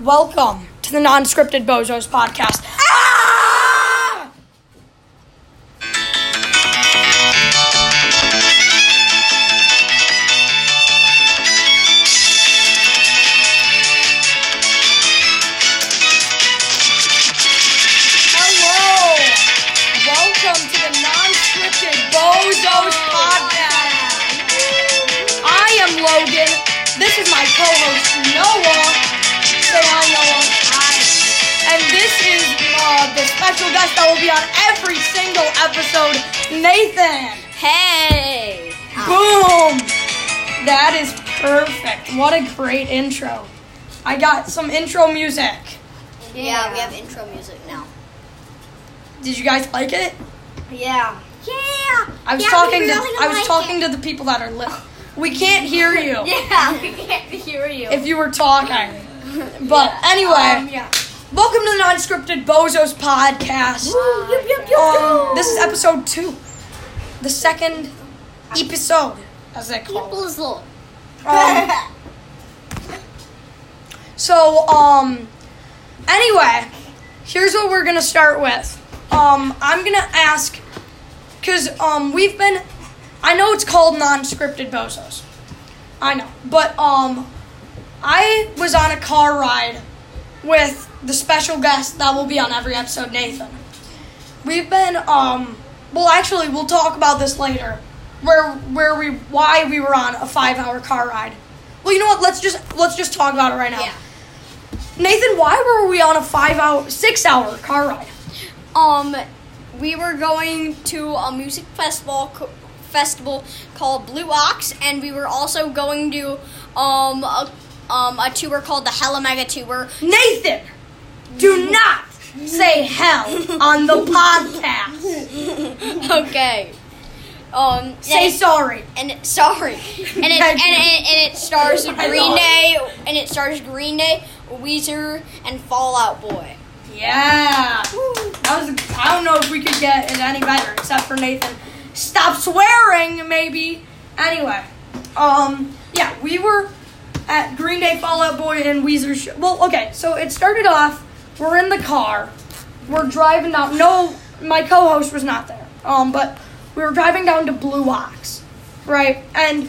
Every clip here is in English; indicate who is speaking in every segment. Speaker 1: Welcome to the Non Scripted Bozos podcast. Ah! Hello! Welcome to the Non Scripted Bozos podcast. I am Logan. This is my co host, Noah. Say hi, Noah. And this is uh, the special guest that will be on every single episode, Nathan.
Speaker 2: Hey!
Speaker 1: Boom! That is perfect. What a great intro. I got some intro music.
Speaker 2: Yeah, we have intro music now.
Speaker 1: Did you guys like it?
Speaker 2: Yeah. Yeah!
Speaker 1: I was
Speaker 2: Yeah, we
Speaker 1: talking to
Speaker 2: really
Speaker 1: I was
Speaker 2: like
Speaker 1: talking to the people that are li- We can't hear you
Speaker 2: Yeah, we can't hear you.
Speaker 1: if you were talking. But
Speaker 2: Um,
Speaker 1: anyway,
Speaker 2: yeah.
Speaker 1: welcome to the non-scripted Bozos podcast.
Speaker 2: yup, yup, yup,
Speaker 1: Um,
Speaker 2: yup.
Speaker 1: this is episode two, the second episode, as they call it.
Speaker 2: Blizzle.
Speaker 1: Um, so, um, anyway, here's what we're gonna start with. Um, I'm gonna ask, cause um, we've been, I know it's called non-scripted bozos, I know, but um, I was on a car ride with the special guest that will be on every episode, Nathan. We've been um well actually we'll talk about this later. Where where we why we were on a five hour car ride. Well you know what, let's just let's just talk about it right now.
Speaker 2: Yeah.
Speaker 1: Nathan, why were we on a five hour six hour car ride?
Speaker 2: Um, we were going to a music festival co- festival called Blue Ox, and we were also going to um a, um a tour called the Hella Mega Tour.
Speaker 1: Nathan, do not say hell on the podcast.
Speaker 2: okay. Um.
Speaker 1: Say
Speaker 2: and-
Speaker 1: sorry.
Speaker 2: and it, sorry, and it, and, it and it stars Green Day, and it stars Green Day, Weezer, and Fallout Boy.
Speaker 1: Yeah. That was I don't know if we could get it any better except for Nathan. Stop swearing, maybe. Anyway, um, yeah, we were at Green Day, Fallout Boy, and Weezer. Sh- well, okay, so it started off. We're in the car. We're driving down. No, my co-host was not there. Um, but we were driving down to Blue Ox, right? And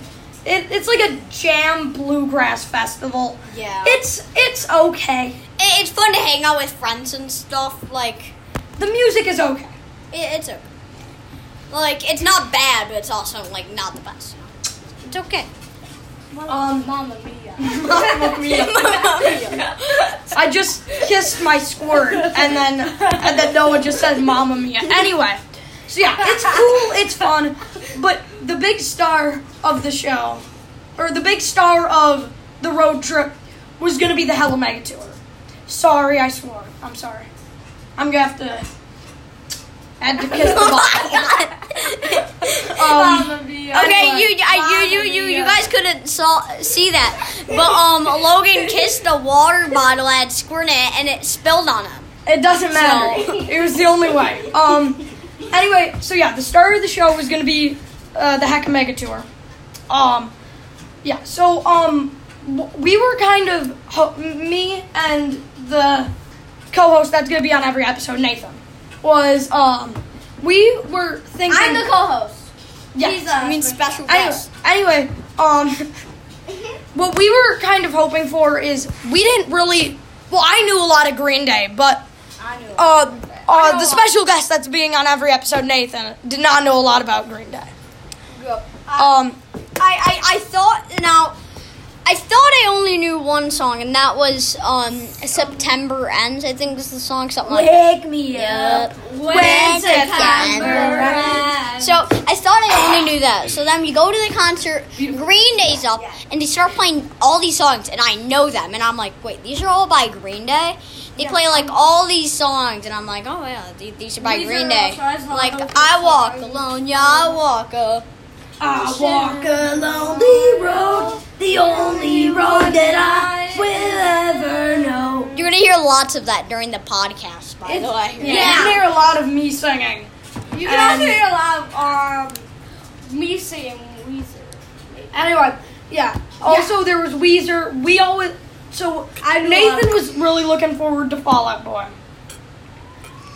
Speaker 1: it, it's like a jam bluegrass festival.
Speaker 2: Yeah.
Speaker 1: It's it's okay.
Speaker 2: It, it's fun to hang out with friends and stuff. Like
Speaker 1: The music is okay.
Speaker 2: it, it's okay. Like it's not bad, but it's also like not the best. It's okay.
Speaker 1: Um, Mamma Mia. Mamma Mia. I just kissed my squirt, and then and then Noah just said Mamma Mia. Anyway, so yeah, it's cool, it's fun, but the big star of the show, or the big star of the road trip, was gonna be the Hella Mega Tour. Sorry, I swore. I'm sorry. I'm gonna have to. Had to kiss the ball. Um,
Speaker 2: Okay,
Speaker 1: anyway.
Speaker 2: you, I, you, you, you, you guys couldn't saw, see that, but um, Logan kissed a water bottle I had squirt in it, and it spilled on him.
Speaker 1: It doesn't matter. It was the only way. Um. Anyway, so yeah, the star of the show was gonna be uh, the Heck Mega Tour. Um. Yeah. So um, w- we were kind of ho- me and the co-host that's gonna be on every episode, Nathan, was um, we were thinking.
Speaker 3: I'm the co-host.
Speaker 1: Yes.
Speaker 3: he's,
Speaker 2: I
Speaker 3: uh,
Speaker 2: mean, special
Speaker 1: Anyway,
Speaker 2: guest.
Speaker 1: anyway, um, what we were kind of hoping for is we didn't really. Well, I knew a lot of Green Day, but uh, uh, the special guest that's being on every episode, Nathan, did not know a lot about Green Day. Um,
Speaker 2: I, I, I thought now I thought I only knew one song and that was um September Ends, I think is the song something like that.
Speaker 3: Wake me up when September ends.
Speaker 2: So I thought I only knew that. So then we go to the concert, Green Day's up, and they start playing all these songs, and I know them, and I'm like, wait, these are all by Green Day. They play like all these songs, and I'm like, oh yeah, the- these are by
Speaker 3: These
Speaker 2: Green
Speaker 3: are
Speaker 2: Day.
Speaker 3: also- I just love
Speaker 2: Like
Speaker 3: those
Speaker 2: I walk
Speaker 3: songs.
Speaker 2: alone, yeah, I walk up.
Speaker 1: I walk.
Speaker 3: a lonely road, the only road that I will ever know.
Speaker 2: You're gonna hear lots of that during the podcast, by the way.
Speaker 1: You can hear a lot of me singing.
Speaker 3: You
Speaker 1: can also hear
Speaker 3: a lot of um, me saying Weezer.
Speaker 1: Anyway, yeah. Also, there was Weezer. We always So Nathan was really looking forward to Fallout Boy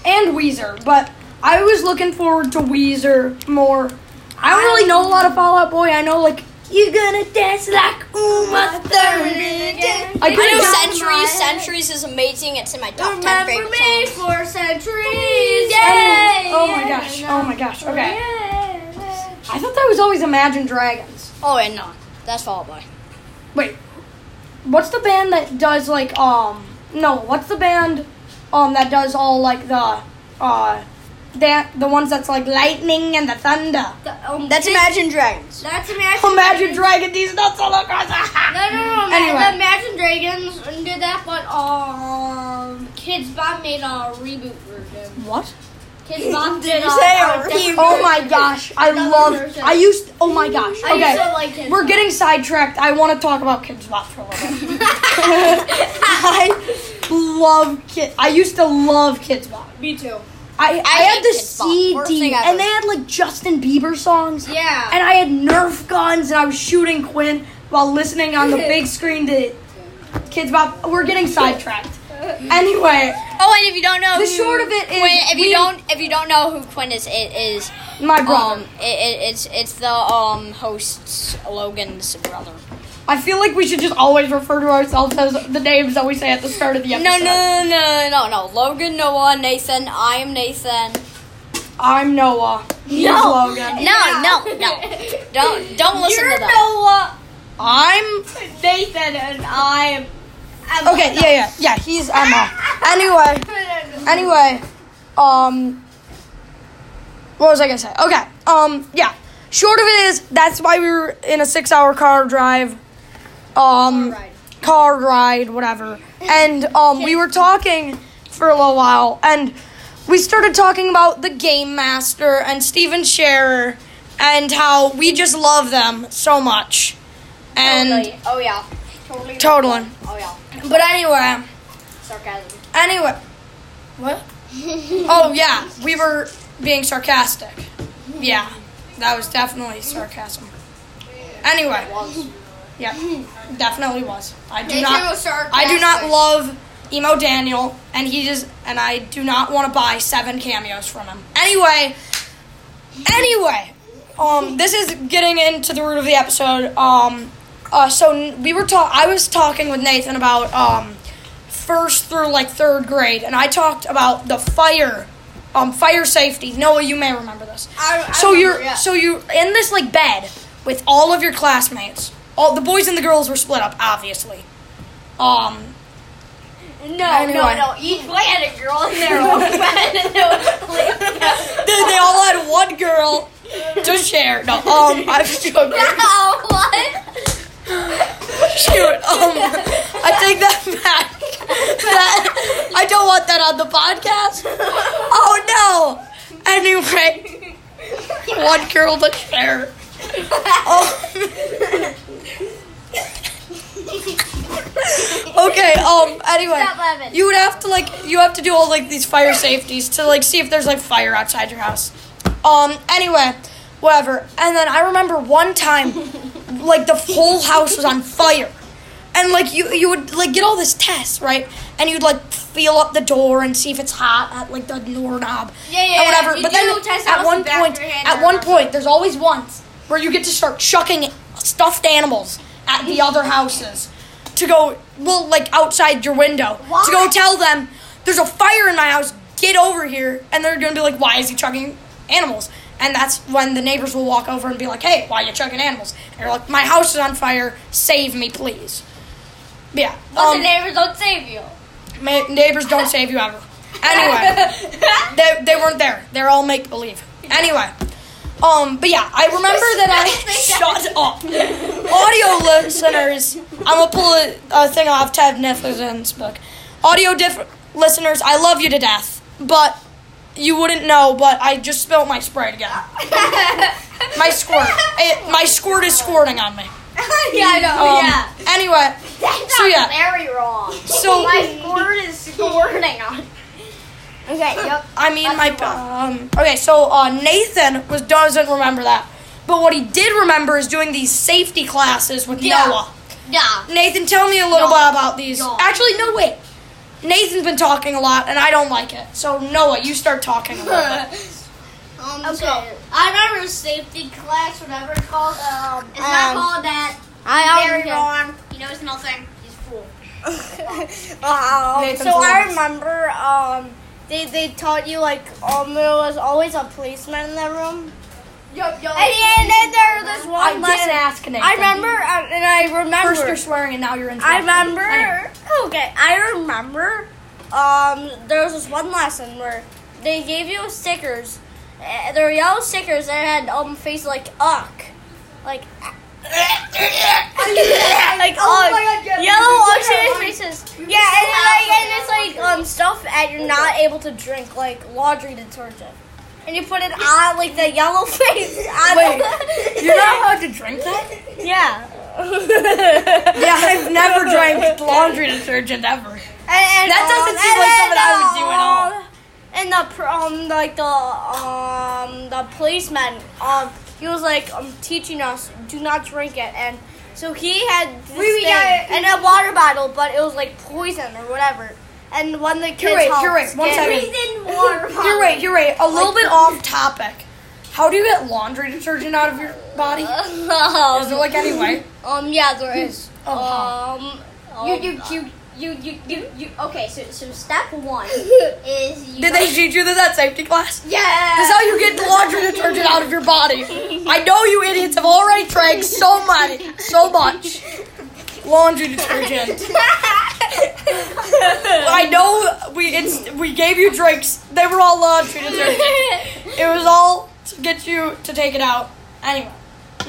Speaker 1: and Weezer, but I was looking forward to Weezer more. I don't really know a lot of Fallout Boy. I know like
Speaker 3: You're gonna dance like Uma Thurman. dance.
Speaker 1: I
Speaker 2: I
Speaker 1: could've
Speaker 2: know
Speaker 1: gotten
Speaker 2: Centuries. Centuries is amazing. It's in my top ten
Speaker 3: Remember
Speaker 2: favorite
Speaker 3: me
Speaker 2: songs.
Speaker 3: for centuries.
Speaker 1: Anyway,
Speaker 3: Yay!
Speaker 1: oh my gosh, oh my gosh. Okay, I thought that was always Imagine Dragons.
Speaker 2: Oh, and no, that's Fall Out Boy.
Speaker 1: Wait, what's the band that does like um? No, what's the band um that does all like the uh that the ones that's like lightning and the thunder.
Speaker 3: The- um,
Speaker 2: That's
Speaker 3: this-
Speaker 2: Imagine Dragons.
Speaker 3: That's Imagine.
Speaker 1: Imagine dragging these nuts all across.
Speaker 3: No, no, no. ma-
Speaker 1: Anyway.
Speaker 3: The Imagine Dragons did that, but um, Kids Bop made a reboot version.
Speaker 1: What?
Speaker 3: Kids Bop did a,
Speaker 2: say a
Speaker 3: a different
Speaker 1: Oh my
Speaker 3: version.
Speaker 1: gosh, I
Speaker 3: Another
Speaker 1: love.
Speaker 3: version.
Speaker 1: I used. Oh my gosh.
Speaker 3: I used to
Speaker 1: Okay,
Speaker 3: like Kids
Speaker 1: we're
Speaker 3: Bop.
Speaker 1: getting sidetracked. I want to talk about Kids Bop for a little bit. I love Kid. I used to love Kids Bop.
Speaker 3: Me too.
Speaker 1: I, I, had
Speaker 2: hate
Speaker 1: the
Speaker 2: Kids Bop. Worst
Speaker 1: CD,
Speaker 2: thing ever.
Speaker 1: and they had like Justin Bieber songs.
Speaker 3: Yeah.
Speaker 1: And I had Nerf guns, and I was shooting Quinn while listening on the big screen to Kids Bop. We're getting sidetracked. Anyway,
Speaker 2: Oh, and if you don't know,
Speaker 1: The
Speaker 2: who
Speaker 1: short of it is
Speaker 2: Quinn, if you
Speaker 1: we-
Speaker 2: don't if you don't know who Quinn is, it is
Speaker 1: my brother.
Speaker 2: um it, it, it's it's the um host's Logan's brother.
Speaker 1: I feel like we should just always refer to ourselves as the names that we say at the start of the
Speaker 2: No,
Speaker 1: episode.
Speaker 2: no, no, no, no, no. Logan, Noah, Nathan. I am Nathan.
Speaker 1: I'm Noah. He's
Speaker 2: No.
Speaker 1: Logan.
Speaker 2: No, no, no. Don't don't listen
Speaker 3: You're
Speaker 2: to them.
Speaker 3: Noah,
Speaker 1: I'm.
Speaker 3: Nathan, and I'm. I'm
Speaker 1: Okay, yeah, yeah, yeah. He's Emma. Anyway, anyway, um, what was I gonna say? Okay, um, yeah. Short of it is that's why we were in a six-hour car drive. Um,
Speaker 3: Car ride.
Speaker 1: car ride, whatever. And um, we were talking for a little while, and we started talking about the Game Master and Steven Scherer, and how we just love them so much. And
Speaker 2: Totally. oh yeah, totally.
Speaker 1: Totally.
Speaker 2: Oh yeah,
Speaker 1: but anyway,
Speaker 2: sarcasm.
Speaker 1: anyway, what? oh yeah, we were being sarcastic. Yeah, that was definitely sarcasm. Anyway, yeah, definitely was. I do
Speaker 3: Nathan
Speaker 1: not.
Speaker 3: was sarcastic.
Speaker 1: I do not love emo Daniel, and he just and I do not want to buy seven cameos from him. Anyway, anyway, um, this is getting into the root of the episode. Um, uh, so n- we were talk. I was talking with Nathan about um, first through like third grade, and I talked about the fire, um, fire safety. Noah, you may remember this.
Speaker 3: I- I
Speaker 1: so
Speaker 3: remember,
Speaker 1: you're
Speaker 3: yeah.
Speaker 1: so you're in this like bed with all of your classmates. All the boys and the girls were split up, obviously. Um,
Speaker 3: No,
Speaker 1: Anyway.
Speaker 3: no, no. Each boy had a girl in their own bed, and they were sleeping.
Speaker 1: they, they all had one girl to share. No, um, I'm joking.
Speaker 3: Oh, what?
Speaker 1: Shoot, um, I take that back. That- I don't want that on the podcast. Oh no. Anyway, one girl to share. Um, okay. Um. Anyway,
Speaker 3: Stop laughing.
Speaker 1: you would have to like you have to do all like these fire safeties to like see if there's like fire outside your house. Um. Anyway, whatever. And then I remember one time, like the whole house was on fire, and like you you would like get all this test right, and you'd like feel up the door and see if it's hot at like the doorknob
Speaker 3: Yeah, yeah,
Speaker 1: or
Speaker 3: yeah.
Speaker 1: whatever.
Speaker 3: You
Speaker 1: But
Speaker 3: do
Speaker 1: then
Speaker 3: test out
Speaker 1: at
Speaker 3: the
Speaker 1: one
Speaker 3: back of
Speaker 1: point,
Speaker 3: your hand
Speaker 1: at
Speaker 3: or
Speaker 1: one
Speaker 3: not.
Speaker 1: point, there's always once where you get to start chucking stuffed animals at the other houses to go, well, like outside your window to go
Speaker 3: Why?
Speaker 1: tell them there's a fire in my house. Get over here, and they're gonna be like, "Why is he chucking animals?" And that's when the neighbors will walk over and be like, "Hey, why are you chucking animals?" And you're like, "My house is on fire. Save me, please." Yeah.
Speaker 3: But the
Speaker 1: um,
Speaker 3: neighbors don't save you.
Speaker 1: Ma- neighbors don't save you ever. Anyway, they, they weren't there. They're all make believe. Anyway, um, but yeah, I remember that I shut up. Audio listeners, I'm gonna pull a, a thing off Ted Niflin's book. Audio diff- listeners, I love you to death, but you wouldn't know. But I just spilt my Sprite again. My squirt. It, my squirt is squirting on me.
Speaker 3: yeah, I know.
Speaker 2: Oh,
Speaker 1: Um,
Speaker 3: yeah.
Speaker 1: Anyway,
Speaker 3: That's
Speaker 1: so yeah.
Speaker 3: very wrong.
Speaker 1: So-
Speaker 3: my squirt is squirting on. Okay, yep.
Speaker 1: I mean, my
Speaker 3: That's the
Speaker 1: um. Okay, so uh, Nathan was doesn't remember that, but what he did remember is doing these safety classes with
Speaker 3: Yeah.
Speaker 1: Noah,
Speaker 2: Nah.
Speaker 1: Nathan, tell me a little
Speaker 2: No.
Speaker 1: bit about these.
Speaker 2: No.
Speaker 1: Actually, no, wait. Nathan's been talking a lot, and I don't like it. So Noah, you start talking a little bit.
Speaker 4: Um,
Speaker 3: Okay.
Speaker 4: so I remember safety class, whatever it's called. Um, it's not
Speaker 2: Um,
Speaker 4: called that.
Speaker 2: I already
Speaker 4: Very wrong. He knows nothing. He's a fool.
Speaker 5: Um,
Speaker 1: Nathan
Speaker 5: so I
Speaker 1: Florence.
Speaker 5: remember um, they, they taught you like um, there was always a policeman in the room.
Speaker 4: Yup, yup.
Speaker 5: And, and then there was this one lesson.
Speaker 1: ask Nathan.
Speaker 5: I remember um, and I remember.
Speaker 1: First you're swearing, and now you're in.
Speaker 5: I remember. Okay, I remember. Um, there was this one lesson where they gave you stickers. Uh, there were yellow stickers that had um face like uck, like like
Speaker 4: Oh my
Speaker 5: uck.
Speaker 4: God, yeah,
Speaker 5: yellow
Speaker 4: you
Speaker 5: uck
Speaker 4: did that
Speaker 5: shaped faces. Yeah, and then, like and it's like um stuff that you're not able to drink, like laundry detergent. And you put it on like the yellow face. On
Speaker 1: Wait,
Speaker 5: the-
Speaker 1: You're not allowed to drink that.
Speaker 5: yeah.
Speaker 1: Yeah, I've never drank laundry detergent ever.
Speaker 5: And, and,
Speaker 1: That doesn't
Speaker 5: um,
Speaker 1: seem
Speaker 5: and then
Speaker 1: like something I
Speaker 5: the, um, And
Speaker 1: would do at all.
Speaker 5: the pr- um like the um the policeman um he was like um teaching us do not drink it and so he had this
Speaker 1: Wait, wait,
Speaker 5: thing
Speaker 1: yeah,
Speaker 5: and a water bottle but it was like poison or whatever and one of the kids
Speaker 1: You're right. You're
Speaker 5: helped
Speaker 1: right. One
Speaker 5: get-
Speaker 1: second.
Speaker 4: water
Speaker 1: You're right. You're right. A little bit off topic. How do you get laundry detergent out of your body?
Speaker 4: Uh,
Speaker 1: Is there
Speaker 5: um,
Speaker 1: like any way?
Speaker 5: um yeah there is
Speaker 1: Oh,
Speaker 5: um
Speaker 4: You,
Speaker 5: um,
Speaker 4: you, you, you, you, you, you. Okay, so so step one is you.
Speaker 1: Did they teach you this at safety class?
Speaker 4: Yeah.
Speaker 1: That's how you get laundry detergent out of your body. I know you idiots have already drank so much, so much laundry detergent. I know we it's, we gave you drinks. They were all laundry detergent. It was all to get you to take it out. Anyway,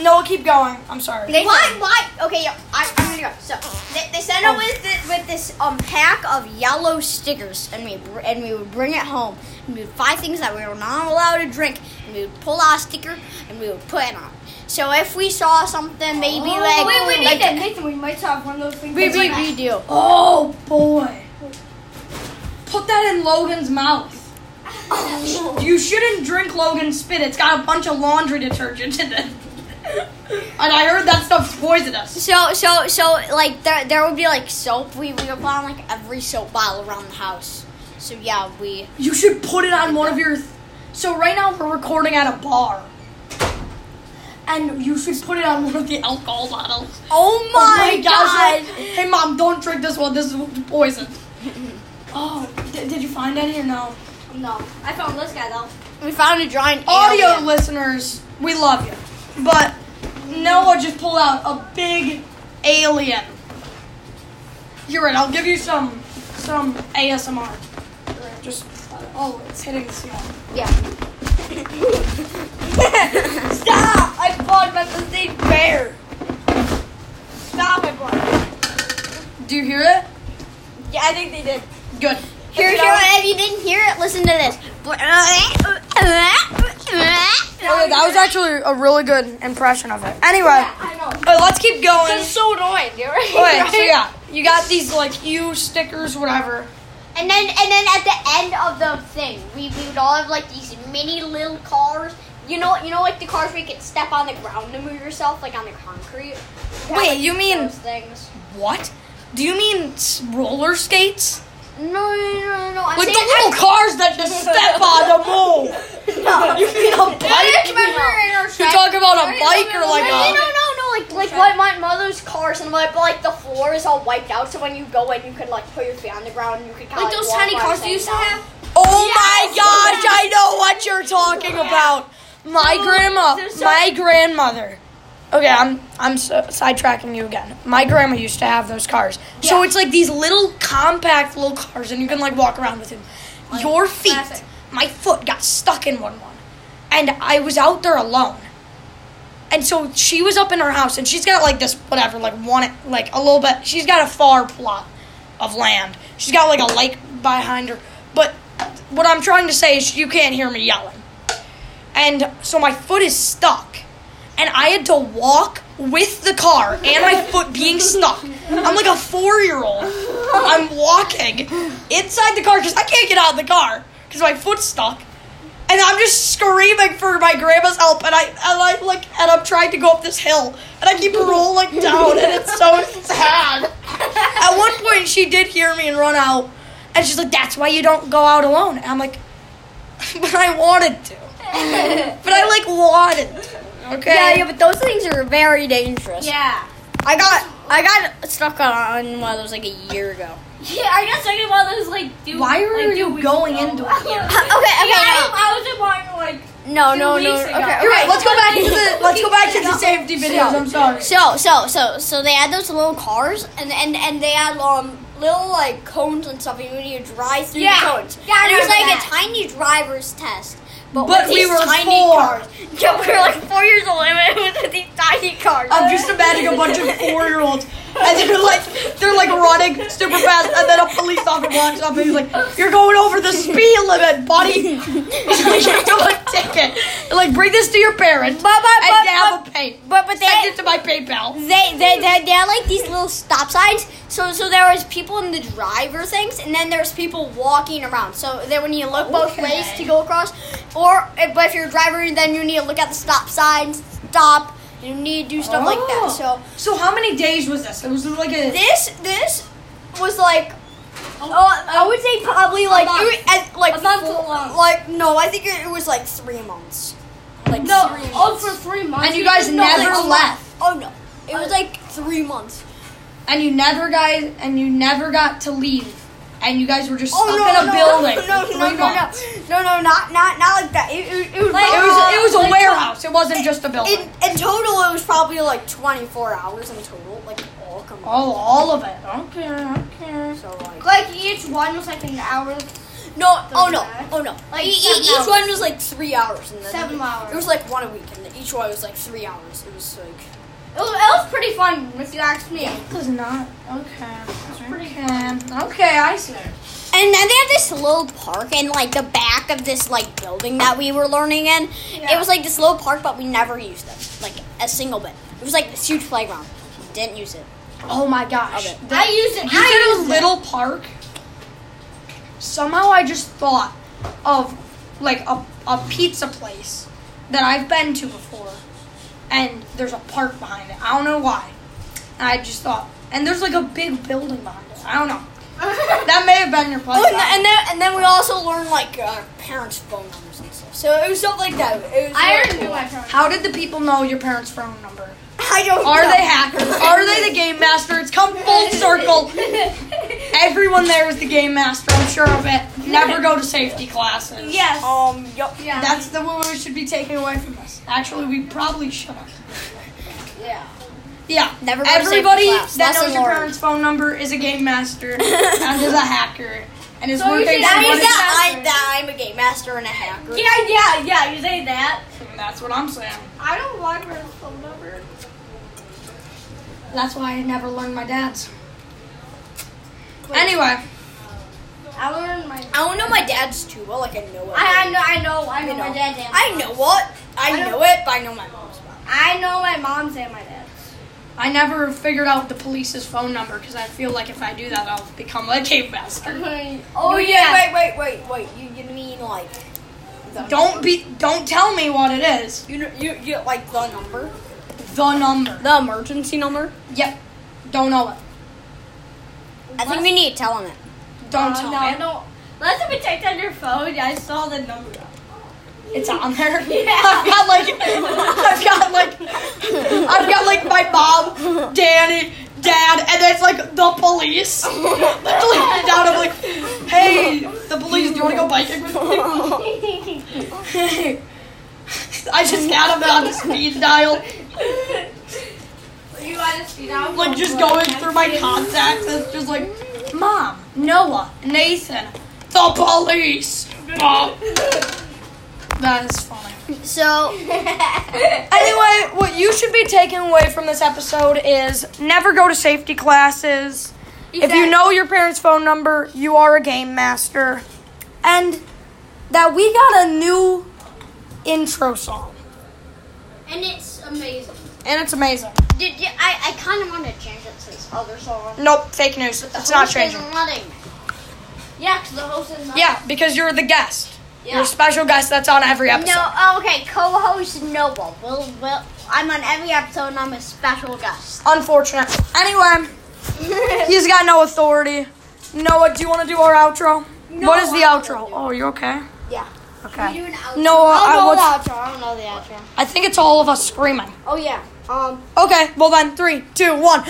Speaker 1: no, keep going. I'm sorry.
Speaker 4: They why? Why? Okay, yeah, I, I'm gonna go. So they, they sent us with the, with this um pack of yellow stickers, and we br- and we would bring it home.
Speaker 2: And we would find things that we were not allowed to drink, and we would pull out a sticker and we would put it on. So if we saw something, maybe like
Speaker 4: Oh. wait, we need
Speaker 2: like
Speaker 4: that. Nathan, we might have one of those things.
Speaker 2: that's what we do.
Speaker 1: Oh boy. Put that in Logan's mouth. You shouldn't drink Logan's spit. It's got a bunch of laundry detergent in it. And I heard that stuff's poisonous.
Speaker 2: So so so like there there would be like soap. We we would put on like every soap bottle around the house. So yeah, we
Speaker 1: You should put it on one of your. Th- so right now we're recording at a bar. And you should put it on one of the alcohol bottles.
Speaker 2: Oh
Speaker 1: Oh my gosh. Hey mom, don't drink this one. This is poison. Oh, d- did you find any or no?
Speaker 4: No, I found this guy though.
Speaker 2: We found a drawing
Speaker 1: audio
Speaker 2: alien.
Speaker 1: listeners, we love you. But Noah just pulled out a big alien. You're right, I'll give you some some ASMR. Just oh, it's hitting the ceiling.
Speaker 5: stop I bought my the bear stop I bought
Speaker 1: Do you hear it?
Speaker 5: yeah I think they did
Speaker 1: Good.
Speaker 2: Here, here, if you didn't hear it, listen to this.
Speaker 1: Okay, that was uh, actually a really good impression of it. Anyway,
Speaker 4: I know.
Speaker 1: but let's keep going.
Speaker 5: so annoying you're right
Speaker 1: Wait, so yeah, you got these like you stickers, whatever.
Speaker 4: And then and then at the end of the thing, we, we would all have like these mini little cars. You know you know like the cars where you could step on the ground to move yourself, like on the concrete. Yeah,
Speaker 1: Wait,
Speaker 4: like
Speaker 1: you mean-
Speaker 4: those things?
Speaker 1: What? Do you mean s- roller skates?
Speaker 4: No, no, no, no, no. I'm
Speaker 1: Like the
Speaker 4: saying
Speaker 1: little cars that just step on the move. You mean a bike? You're talking about a bike or like
Speaker 4: no,
Speaker 1: a.
Speaker 4: no, no, no, like like what my mother's cars and like, but, like the floor is all wiped out, so when you go in, you could like put your feet on the ground and you could kind
Speaker 5: like those tiny cars you used to have
Speaker 1: Oh my gosh, I know what you're talking about.
Speaker 4: Oh,
Speaker 1: My grandma, my grandmother. Okay, I'm I'm s- sidetracking you again. My grandma used to have those cars. So it's like these little compact little cars, and you can like walk around with them. Your feet, my foot got stuck in one one, and I was out there alone. And so she was up in her house, and she's got like this whatever, like one, like a little bit. She's got a far plot of land. She's got like a lake behind her. But what I'm trying to say is, you can't hear me yelling. And so my foot is stuck, and I had to walk with the car and my foot being stuck. I'm like a four year old. I'm walking inside the car because I can't get out of the car because my foot's stuck. and I'm just screaming for my grandma's help, and I and I like and I'm trying to go up this hill, and I keep rolling down, and it's so sad. At one point, she did hear me and run out, and she's like, "That's why you don't go out alone." And I'm like, "But I wanted to, but I like wanted to." Okay.
Speaker 5: Yeah, yeah, but those things are very dangerous.
Speaker 4: Yeah.
Speaker 5: I got I got stuck on one of those like a year ago.
Speaker 3: Yeah, I guess I get one of those like. Dude,
Speaker 1: Why are
Speaker 3: like,
Speaker 1: you
Speaker 3: dude,
Speaker 1: going into it?
Speaker 3: Yeah,
Speaker 5: Okay, okay,
Speaker 3: I, I was in one like.
Speaker 5: no,
Speaker 3: two
Speaker 5: no, no,
Speaker 3: weeks
Speaker 5: no.
Speaker 3: ago.
Speaker 5: Okay,
Speaker 1: You're
Speaker 5: okay.
Speaker 1: right. Let's go back to the let's go back to the safety videos. I'm sorry.
Speaker 2: So, so, so, so they had those little cars, and and and they had um little like cones and stuff, and when you drive through
Speaker 4: Yeah.
Speaker 2: the cones,
Speaker 4: Yeah, I
Speaker 2: and it was like
Speaker 4: remember
Speaker 2: a tiny driver's test, but,
Speaker 1: But
Speaker 2: with
Speaker 1: we
Speaker 2: these
Speaker 1: were
Speaker 2: tiny
Speaker 1: four.
Speaker 2: cars. Yeah, we were like four years old, and it was these tiny cars.
Speaker 1: I'm just imagining a bunch of four year olds and they're like they're like running super fast and then a police officer walks up and he's like, You're going over the speed limit, buddy. You're doing a ticket. Like bring this to your parents.
Speaker 2: But but
Speaker 1: and
Speaker 2: but,
Speaker 1: have a pay.
Speaker 2: but, but, but they
Speaker 1: Send it to my PayPal.
Speaker 2: they they they they had like these little stop signs. So so there was people in the driver things, and then there's people walking around. So then when you look both ways to go across, or eh, but if you're a driver, then you need to look at the stop signs, stop. You need to do stuff like
Speaker 1: Oh.
Speaker 2: that. So
Speaker 1: So how many days was this? It was like a
Speaker 2: this this was like. Uh, I would say probably like
Speaker 4: month.
Speaker 2: it, was- and, like
Speaker 3: A month
Speaker 2: four-
Speaker 3: long.
Speaker 2: like no, I think it, it was like three months. Like
Speaker 3: No,
Speaker 2: three
Speaker 3: oh,
Speaker 2: months.
Speaker 3: for three months.
Speaker 1: and you guys
Speaker 3: didn't know,
Speaker 1: never
Speaker 3: like,
Speaker 1: left.
Speaker 2: oh no, it was like three months.
Speaker 1: And you never guys and you never got to leave. And you guys were just
Speaker 2: Oh
Speaker 1: stuck
Speaker 2: no,
Speaker 1: in a
Speaker 2: no,
Speaker 1: building.
Speaker 2: No,
Speaker 1: for
Speaker 2: no, no,
Speaker 1: three
Speaker 2: no, no,
Speaker 1: months.
Speaker 2: no, no, not, not, not like that. It, it, it was,
Speaker 1: It
Speaker 2: probably-
Speaker 1: was it was a warehouse. It wasn't just a building.
Speaker 2: In, in total, it was probably like 24 hours in total, like all combined.
Speaker 1: Oh, all of it. Okay, okay.
Speaker 2: So like,
Speaker 4: Like each one was like an hour,
Speaker 2: no, oh no,
Speaker 4: matter.
Speaker 2: oh no.
Speaker 4: Like
Speaker 2: E- e-
Speaker 4: seven
Speaker 2: each
Speaker 4: hours.
Speaker 2: one was like three hours, and then
Speaker 4: seven hours.
Speaker 2: It was like one a week, and then each one was like three hours. It was like.
Speaker 4: It was, it was pretty fun, if you ask me.
Speaker 1: Does not. Okay. Okay. Okay, I see.
Speaker 2: And then they had this little park in like the back of this like building that we were learning in. It was like this little park, but we never used it, like a single bit. It was like this huge playground. Didn't use it.
Speaker 1: Oh my gosh.
Speaker 2: Okay.
Speaker 4: I used it.
Speaker 1: You
Speaker 4: I
Speaker 1: said a little park. Somehow I just thought of like a, a pizza place that I've been to before, and there's a park behind it. I don't know why. And I just thought, and there's like a big building behind it. I don't know. that may have been your place.
Speaker 2: Oh, and, then- and then and then we also learned like our parents' phone numbers and stuff. So it was stuff like that. It was
Speaker 4: I
Speaker 2: really
Speaker 4: already knew
Speaker 2: cool.
Speaker 4: my phone.
Speaker 1: How did the people know your parents' phone number?
Speaker 2: I don't.
Speaker 1: Are
Speaker 2: know.
Speaker 1: they hackers? Are they the game master? It's come full circle. Everyone there is the game master, I'm sure of it. Never go to safety classes.
Speaker 4: Yes.
Speaker 2: Um. Yup.
Speaker 4: yeah.
Speaker 1: That's the one we should be taking away from this. Actually, we probably should have.
Speaker 4: yeah.
Speaker 1: Yeah.
Speaker 2: Never go to safety
Speaker 1: Everybody
Speaker 2: class.
Speaker 1: that
Speaker 2: Lesson
Speaker 1: knows your
Speaker 2: learned.
Speaker 1: parents' phone number is a game master and is a hacker and is
Speaker 4: So we
Speaker 1: working
Speaker 4: should-
Speaker 1: for
Speaker 2: That
Speaker 4: What
Speaker 2: means
Speaker 1: money.
Speaker 4: is
Speaker 2: that I
Speaker 4: happening?
Speaker 2: that I'm a game master and a hacker.
Speaker 4: Yeah, yeah, yeah. You say that.
Speaker 1: That's what I'm saying.
Speaker 4: I don't want her phone number.
Speaker 1: That's why I never learned my dad's. Anyway,
Speaker 4: I learned my.
Speaker 2: I don't know my dad's too well. Like I know it.
Speaker 4: I, I know, I know, I know,
Speaker 2: You know.
Speaker 4: my dad's and
Speaker 2: I know what. I,
Speaker 4: I don't-
Speaker 2: know it, but I know my mom's. well.
Speaker 4: I know my mom's and my dad's.
Speaker 1: I never figured out the police's phone number because I feel like if I do that, I'll become a game master.
Speaker 4: Oh
Speaker 2: You-
Speaker 4: yeah.
Speaker 2: Wait, wait, wait, wait. You you mean like
Speaker 1: Don't be. Don't tell me what it is.
Speaker 2: you you you like the number?
Speaker 1: The number.
Speaker 2: The emergency number?
Speaker 1: Yep. Don't know it.
Speaker 2: I think we need to tell him it.
Speaker 1: Don't
Speaker 4: Uh,
Speaker 1: tell
Speaker 4: no,
Speaker 1: me.
Speaker 4: no. Last time I checked on your phone, yeah, I saw the number.
Speaker 1: It's on there. I've got like. I've got like. I've got like my mom, Danny, Dad, and it's like the police. Literally down. I'm like, hey, the police. Do you want to go biking with me? I just had him on the speed dial.
Speaker 4: You want to see now?
Speaker 1: like just going through my contacts and it's just like mom noah nathan the police mom that is funny
Speaker 2: So
Speaker 1: anyway what you should be taking away from this episode is never go to safety classes if you know your parents phone number you are a game master and that we got a new intro song
Speaker 4: And it's amazing.
Speaker 1: and it's amazing
Speaker 4: Did you, I? I kind of want to change it to this other song.
Speaker 1: nope fake news it's not changing
Speaker 4: Yeah, because the host is not.
Speaker 1: yeah because you're the guest You're a special guest that's on every episode.
Speaker 2: No, okay, co-host Noble. Will will I'm on every episode and I'm a special guest.
Speaker 1: Unfortunate. Anyway, he's got no authority. Noah, do you want to do our outro? what is the outro? Oh, you okay?
Speaker 2: Yeah.
Speaker 1: Okay.
Speaker 2: an outro.
Speaker 1: Noah,
Speaker 2: I
Speaker 1: I,
Speaker 2: don't know
Speaker 1: what's-
Speaker 2: the outro. I don't know the outro.
Speaker 1: I think it's all of us screaming.
Speaker 2: Oh yeah. Um
Speaker 1: Okay, well then, three, two, one.